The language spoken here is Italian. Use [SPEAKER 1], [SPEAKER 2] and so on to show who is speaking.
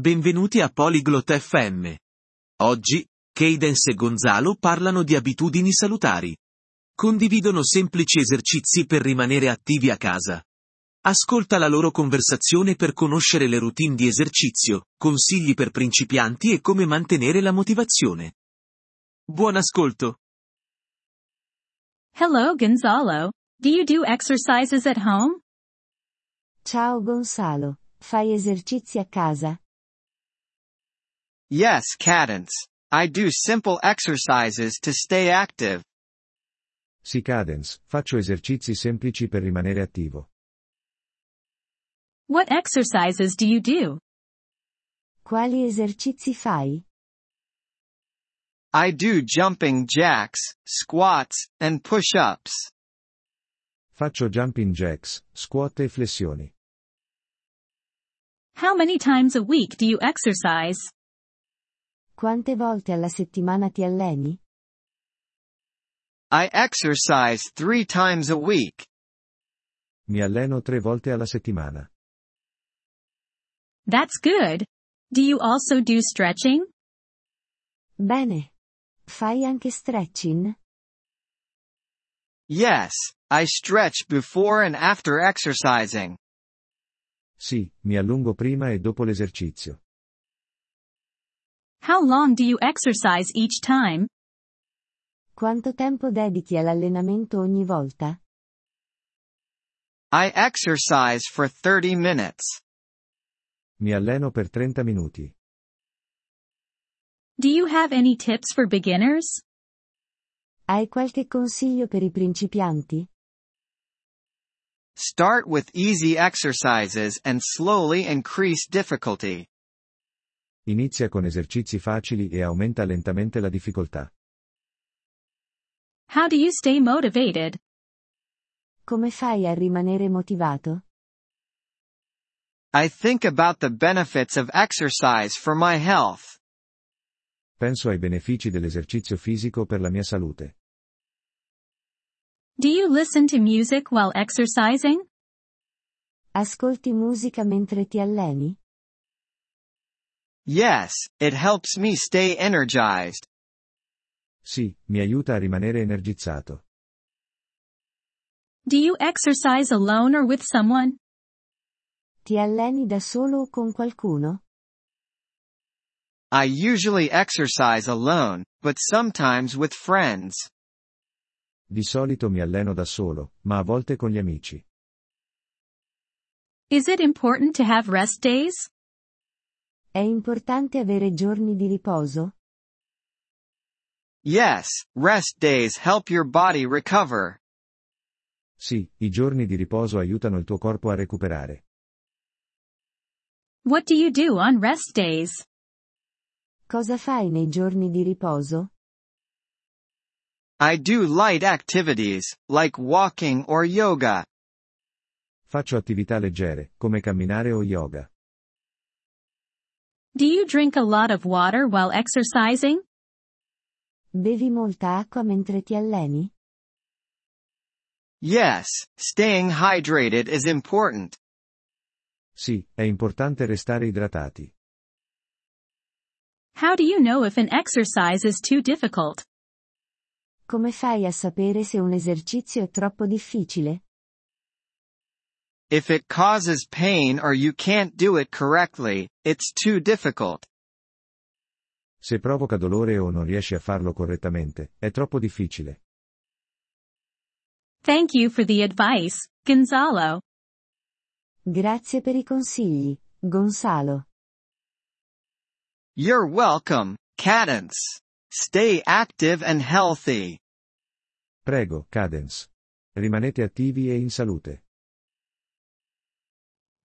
[SPEAKER 1] Benvenuti a Polyglot FM. Oggi, Cadence e Gonzalo parlano di abitudini salutari. Condividono semplici esercizi per rimanere attivi a casa. Ascolta la loro conversazione per conoscere le routine di esercizio, consigli per principianti e come mantenere la motivazione. Buon ascolto!
[SPEAKER 2] Hello, Gonzalo. Do you do exercises at home?
[SPEAKER 3] Ciao Gonzalo, fai esercizi a casa?
[SPEAKER 4] Yes, cadence. I do simple exercises to stay active.
[SPEAKER 5] Sì Cadence, faccio esercizi semplici per rimanere attivo.
[SPEAKER 2] What exercises do you do?
[SPEAKER 3] Quali esercizi fai?
[SPEAKER 4] I do jumping jacks, squats, and push-ups.
[SPEAKER 5] Faccio jumping jacks, squat e flessioni.
[SPEAKER 2] How many times a week do you exercise?
[SPEAKER 3] Quante volte alla settimana ti alleni?
[SPEAKER 4] I exercise three times a week.
[SPEAKER 5] Mi alleno tre volte alla settimana.
[SPEAKER 2] That's good. Do you also do stretching?
[SPEAKER 3] Bene. Fai anche stretching?
[SPEAKER 4] Yes, I stretch before and after exercising.
[SPEAKER 5] Sì, mi allungo prima e dopo l'esercizio.
[SPEAKER 2] How long do you exercise each time?
[SPEAKER 3] Quanto tempo dedichi all'allenamento ogni volta?
[SPEAKER 4] I exercise for 30 minutes.
[SPEAKER 5] Mi alleno per 30 minuti.
[SPEAKER 2] Do you have any tips for beginners?
[SPEAKER 3] Hai qualche consiglio per i principianti?
[SPEAKER 4] Start with easy exercises and slowly increase difficulty.
[SPEAKER 5] Inizia con esercizi facili e aumenta lentamente la difficoltà.
[SPEAKER 2] How do you stay motivated?
[SPEAKER 3] Come fai a rimanere motivato?
[SPEAKER 4] I think about the benefits of exercise for my health.
[SPEAKER 5] Penso ai benefici dell'esercizio fisico per la mia salute.
[SPEAKER 2] Do you listen to music while exercising?
[SPEAKER 3] Ascolti musica mentre ti alleni?
[SPEAKER 4] Yes, it helps me stay energized.
[SPEAKER 5] Sì, mi aiuta a rimanere energizzato.
[SPEAKER 2] Do you exercise alone or with someone?
[SPEAKER 3] Ti alleni da solo o con qualcuno?
[SPEAKER 4] I usually exercise alone, but sometimes with friends.
[SPEAKER 5] Di solito mi alleno da solo, ma a volte con gli amici.
[SPEAKER 2] Is it important to have rest days?
[SPEAKER 3] È importante avere giorni di riposo?
[SPEAKER 4] Yes, rest days help your body recover.
[SPEAKER 5] Sì, i giorni di riposo aiutano il tuo corpo a recuperare.
[SPEAKER 2] What do you do on rest days?
[SPEAKER 3] Cosa fai nei giorni di riposo?
[SPEAKER 4] I do light activities, like walking or yoga.
[SPEAKER 5] Faccio attività leggere, come camminare o yoga.
[SPEAKER 2] Do you drink a lot of water while exercising?
[SPEAKER 3] Bevi molta acqua mentre ti alleni?
[SPEAKER 4] Yes, staying hydrated is important.
[SPEAKER 5] Sì, è importante restare idratati.
[SPEAKER 2] How do you know if an exercise is too difficult?
[SPEAKER 3] Come fai a sapere se un esercizio è troppo difficile?
[SPEAKER 4] If it causes pain or you can't do it correctly, it's too difficult.
[SPEAKER 5] Se provoca dolore o non riesci a farlo correttamente, è troppo difficile.
[SPEAKER 2] Thank you for the advice, Gonzalo.
[SPEAKER 3] Grazie per i consigli, Gonzalo.
[SPEAKER 4] You're welcome, Cadence. Stay active and healthy.
[SPEAKER 5] Prego, Cadence. Rimanete attivi e in salute.